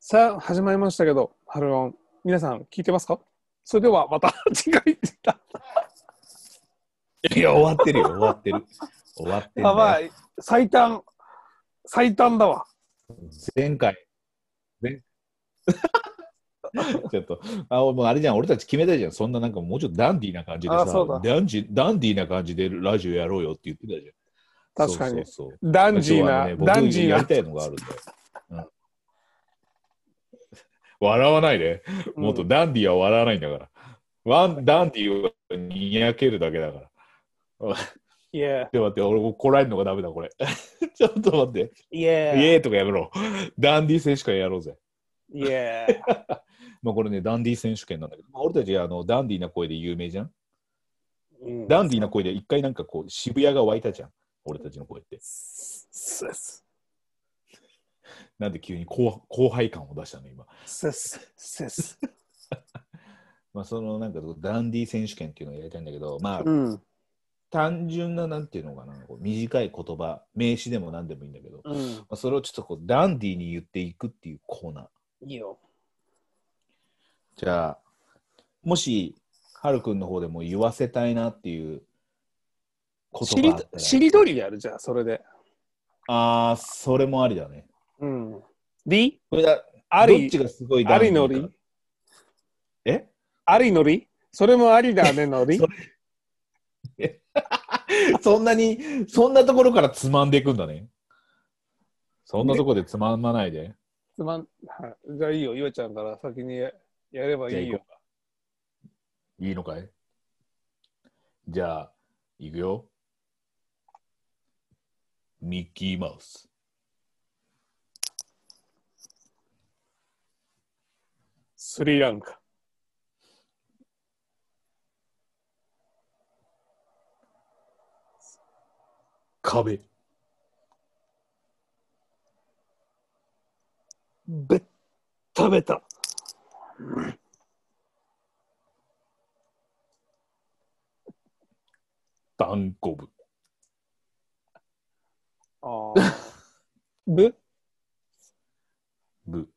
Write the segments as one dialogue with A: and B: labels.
A: さあ、始まりましたけど、ハローン、皆さん聞いてますかそれではまた 次回だ。
B: いや、終わってるよ、終わってる。終わってる。
A: やばい、最短、最短だわ。
B: 前回。前 ちょっと、あ、もうあれじゃん、俺たち決めたじゃん。そんななんかもうちょっとダンディーな感じでさ、
A: あそうだ
B: ダンジダンディーな感じでラジオやろうよって言ってたじゃ
A: 確
B: ん。
A: かに。
B: そうそうそう
A: ダンジーな、
B: 今日は
A: ダ
B: ね、
A: ン
B: 僕
A: ジー
B: やり
A: な。
B: たいのがあるんだよ。うん笑わないで。もっと
A: うん
B: ダンディーは笑わないんだから。ワンダンディーはにやけるだけだから。
A: イエ
B: で待って、俺怒られるのがダメだ、これ。 ちょっと待って。
A: ーイエ
B: イエーイとかやめろ。 ダンディ選手権やろうぜ。
A: ーイエー
B: まあこれね、ダンディ選手権なんだけど、まあ、俺たちあのダンディーな声で有名じゃん。
A: うん
B: ダンディーな声で一回なんかこう渋谷が湧いたじゃん。俺たちの声って。
A: すすす
B: なんで急に後後輩感を出したの今。
A: すすすす
B: まあそのなんかダンディ選手権っていうのをやりたいんだけど、まあ
A: うん
B: 単純ななんていうのかな、こう短い言葉、名詞でも何でもいいんだけど、ま
A: うん
B: あ、それをちょっとこうダンディーに言っていくっていうコーナー。
A: いいよ
B: じゃあ、もし、はるくんの方でも言わせたいなっていう
A: し
B: 言
A: り
B: 葉あったら。
A: しりとりやるじゃあそれで
B: ああ、それもありだね。
A: うんり
B: これだ
A: あ
B: どっ
A: り
B: ちがすごい
A: あり
B: ダ
A: の
B: ンディー
A: り
B: かえ
A: ありのりそれもありだねのり
B: そそんなに、そんなところからつまんでいくんだね。そんなところでつままないで。
A: つまんはいじゃあいいよゆうちゃんから先にややればいい
B: じ
A: よ
B: ゃあ行こいいのかいじゃあ、いくよ。ミッキーマウス。
A: スリランカ
B: 壁。
A: べったべた
B: ダンコブ。
A: あーぶ
B: ブ。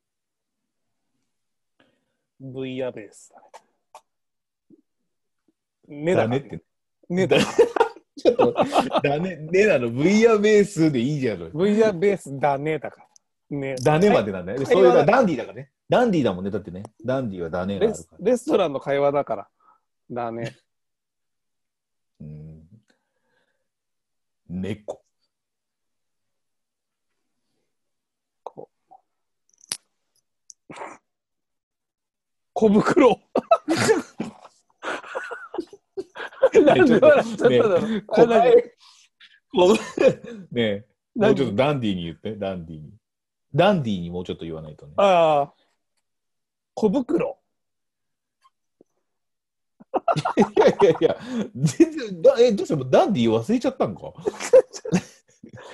A: ブイヤベースだね目だから
B: ねっ
A: ね
B: て。
A: 目だ
B: ちょっと、だね、ねなの。ブイヤベースでいいじゃん。
A: ブイヤベースだねだからね
B: だねまでなんだよね。
A: 会
B: そ
A: 話
B: ういう
A: だ
B: だダンディーだからね。ダンディーだもんね。だってね。ダンディーはダネがあ
A: レ
B: るか
A: ス
B: ら。
A: レストランの会話だから。だね。
B: うん猫。
A: こ小 袋。なんで笑っちゃっただろう。あ
B: 答
A: なんか
B: え。こねえ、もうちょっとダンディーに言って、ダンディーに。ダンディーにもうちょっと言わないとね。
A: ああ。小袋。
B: いやいやいや、全然、だえ、どうしてもダンディー忘れちゃったんか。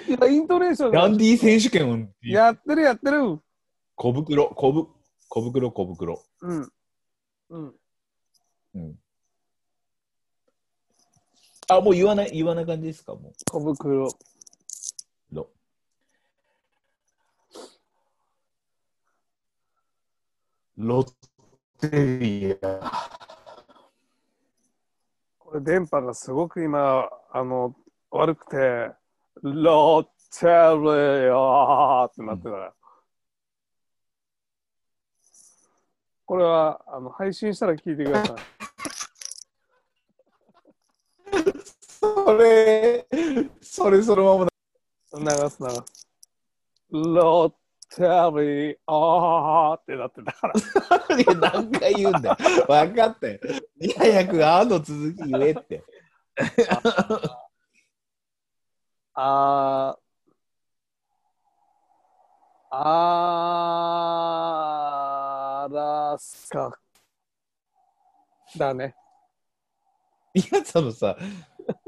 A: いやイントネーション
B: ダ
A: が
B: ンディー選手権、
A: やってるやってる。
B: 小袋、小ぶ、小袋、小袋。
A: うん。うん。
B: うん。あ、もう言わない、言わない感じですか、も
A: 小袋。
B: う。のロッテリア。
A: これ電波がすごく今、あの、悪くて、ロッテリアってなってたから。これはあの配信したら聞いてください。
B: それ、それそのままだ。
A: 流す流す。ロッテリアってなってたから。
B: いや何回言うんだよ。分かったよ。いや早くあの続き言えって。
A: あーあーラスカだね。
B: いや、そのさ、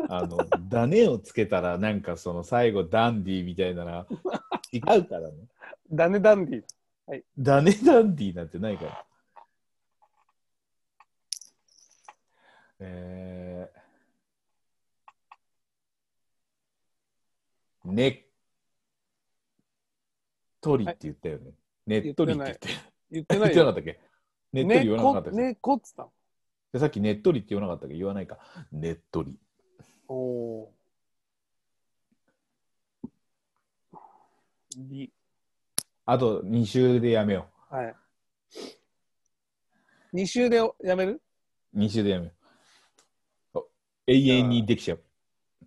B: あの、ダネをつけたら、なんかその最後、ダンディみたいなら、違うからね。
A: ダネダンディ。
B: ダネダンディなんてないから。えー、ねっとりって言ったよね。ねっとりって言って。
A: 言って
B: 言
A: な
B: っ
A: い
B: て
A: よ
B: なかっ。たっけねっとり言わなかったっけ、
A: 猫っつったの。
B: でさっきねっとりって言わなかったっけ言わないか。ねっとり。
A: おおー。り、
B: あと2週でやめよ
A: はい。二週でやめる
B: う。2週でやめよう。お永遠にできちゃう。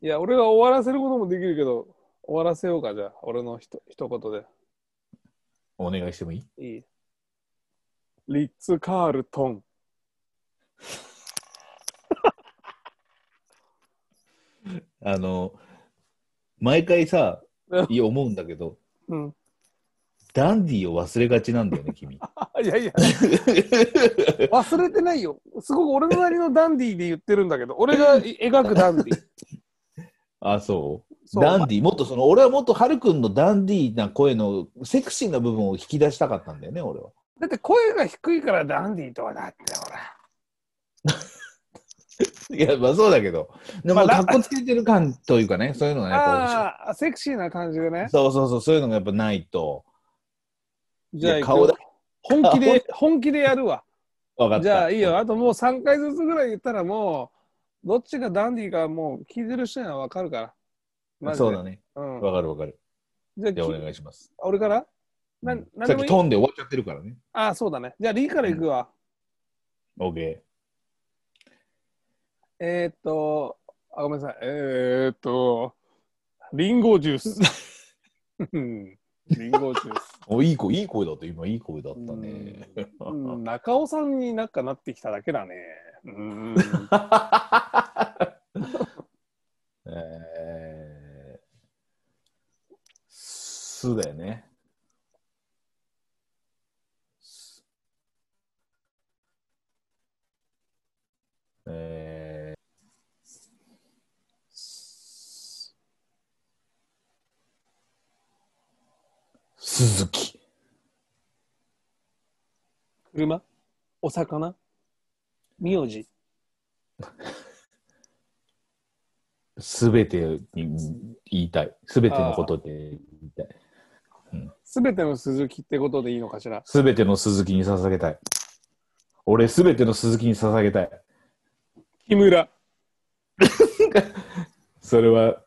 A: いや、俺は終わらせることもできるけど、終わらせようか、じゃあ、俺のひと一言
B: お願いしてもいい
A: で。いい。リッツ・カールトン。
B: あの、毎回さ、いや思うんだけど、
A: うん。
B: ダンディを忘れがちなんだよね、 君。
A: あいやいや、忘れてないよ。すごく俺のなりのダンディーで言ってるんだけど、俺が い描くダンディー。
B: あ、そう
A: そう
B: ダンディ、もっとその、俺はもっとハルくんのダンディな声のセクシーな部分を引き出したかったんだよね、俺は。
A: だって声が低いからダンディーとはだって、ほら。
B: いや、まあそうだけど、で
A: ま
B: も、
A: あ
B: かっこつけてる感というかね、そういうのがやっぱ欲しい
A: ああ、セクシーな感じでね。
B: そうそうそう、そういうのがやっぱないと。
A: じゃあ、
B: いや顔だ
A: 本気で、本気でやるわ。
B: 分かった。
A: じゃあ、いいよ。。あともう3回ずつぐらい言ったら、もう、どっちがダンディーか、もう聞いてる人には分かるから。マジで
B: そうだね。
A: うん
B: わかるわかる。
A: じゃあ
B: じゃあ、お願
A: き
B: いします。
A: 俺からなん
B: うん
A: なんで
B: さっ
A: もいい
B: き飛んで終わっちゃってるからね。
A: ああ、そうだね。じゃあ、リーから行くわ。
B: OK。
A: えー、っと、あ、ごめんなさい。えー、っと、リンゴジュー ス。うんリンゴジュース。
B: おいい声、いい声だった。今、いい声だったね。
A: うん、中尾さんになんかなってきただけだね。 うん。
B: えー、すだよね。すえー、す鈴木。
A: 車お魚名字
B: すべてに言いたい。すべてのことで言いたい。
A: すべての鈴木ってことでいいのかしら
B: すべての鈴木に捧げたい。俺、すべての鈴木に捧げたい。
A: 木村。
B: それは、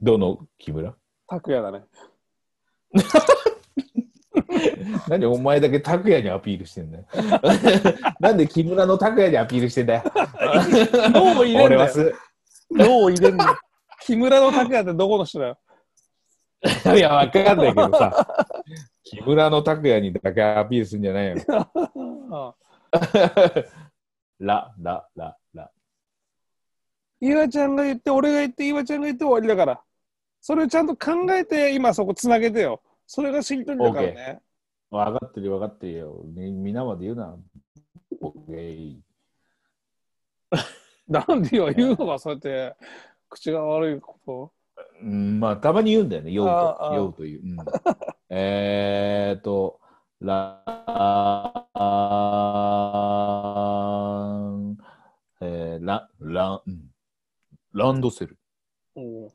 B: どの木村
A: 拓也だね。
B: 何お前だけ拓也にアピールしてんだよ。 なんで木村の拓也にアピールしてんだよ。
A: 脳を入れん
B: 俺
A: だ
B: は
A: よ。
B: す、
A: 脳を入れんだよ。木村の拓也ってどこの人だよ。
B: いや、わかん ないけどさ、木村の拓也にだけアピールするんじゃないよ。
A: ああ
B: ラ、ラ、ラ、ラ。
A: 岩ちゃんが言って、俺が言って、岩ちゃんが言って終わりだから。それをちゃんと考えて、今そこつなげてよ。それがしりとりだからね。
B: わかってるわかってるよ。み皆まで言うな。オッケー。
A: なんでよ、言うのがそうやって、口が悪いこ
B: うん、まあ、たまに言うんだよね。酔う
A: あ
B: と
A: あ。
B: 酔うという。うんえーっと、ラン、えー、ラ、ラン、ランドセル。
A: と。うん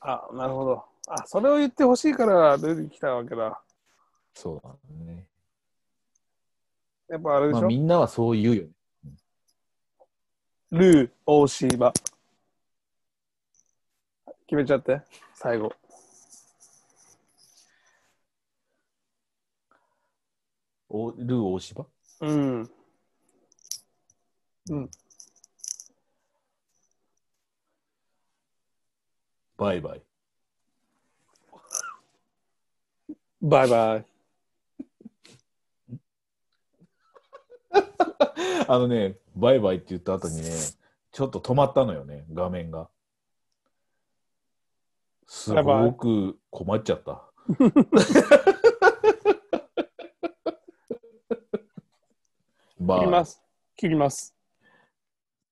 A: あ、なるほど。あ、それを言ってほしいから出てきたわけだ。
B: そうだね。
A: やっぱあれでし
B: ま
A: ょ、
B: あ、みんなはそう言うよね。
A: ルー、大芝。決めちゃって、最後。
B: おルー大芝
A: うん。
B: バイバイ。
A: バイバイ。
B: あのね、バイバイって言った後にね、ちょっと止まったのよね、画面が。す
A: バイバイ
B: ごく困っちゃった。バ
A: 切り
B: イ
A: ます。切ります。